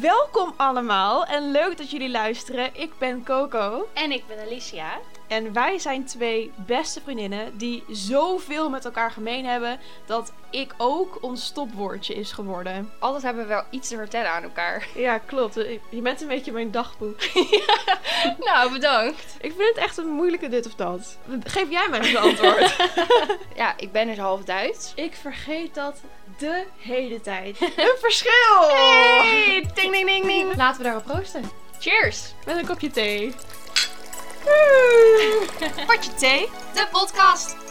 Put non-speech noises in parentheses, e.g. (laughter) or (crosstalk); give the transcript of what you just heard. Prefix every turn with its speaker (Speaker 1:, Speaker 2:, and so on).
Speaker 1: Welkom allemaal en leuk dat jullie luisteren. Ik ben Coco
Speaker 2: En ik ben Alicia.
Speaker 1: en wij zijn twee beste vriendinnen die zoveel met elkaar gemeen hebben dat ik ook ons stopwoordje is geworden.
Speaker 2: Altijd hebben we wel iets te vertellen aan elkaar.
Speaker 1: Ja, klopt. Je bent een beetje mijn dagboek.
Speaker 2: (laughs) nou, bedankt.
Speaker 1: Ik vind het echt een moeilijke dit of dat. Geef jij mij eens een antwoord.
Speaker 2: Ja, ik ben dus half Duits.
Speaker 1: (laughs) ik vergeet dat de hele tijd. (laughs) Een verschil!
Speaker 2: ding ding ding ding.
Speaker 1: Laten we daarop proosten.
Speaker 2: Oh. Cheers.
Speaker 1: Met een kopje thee.
Speaker 2: Potje thee, de podcast.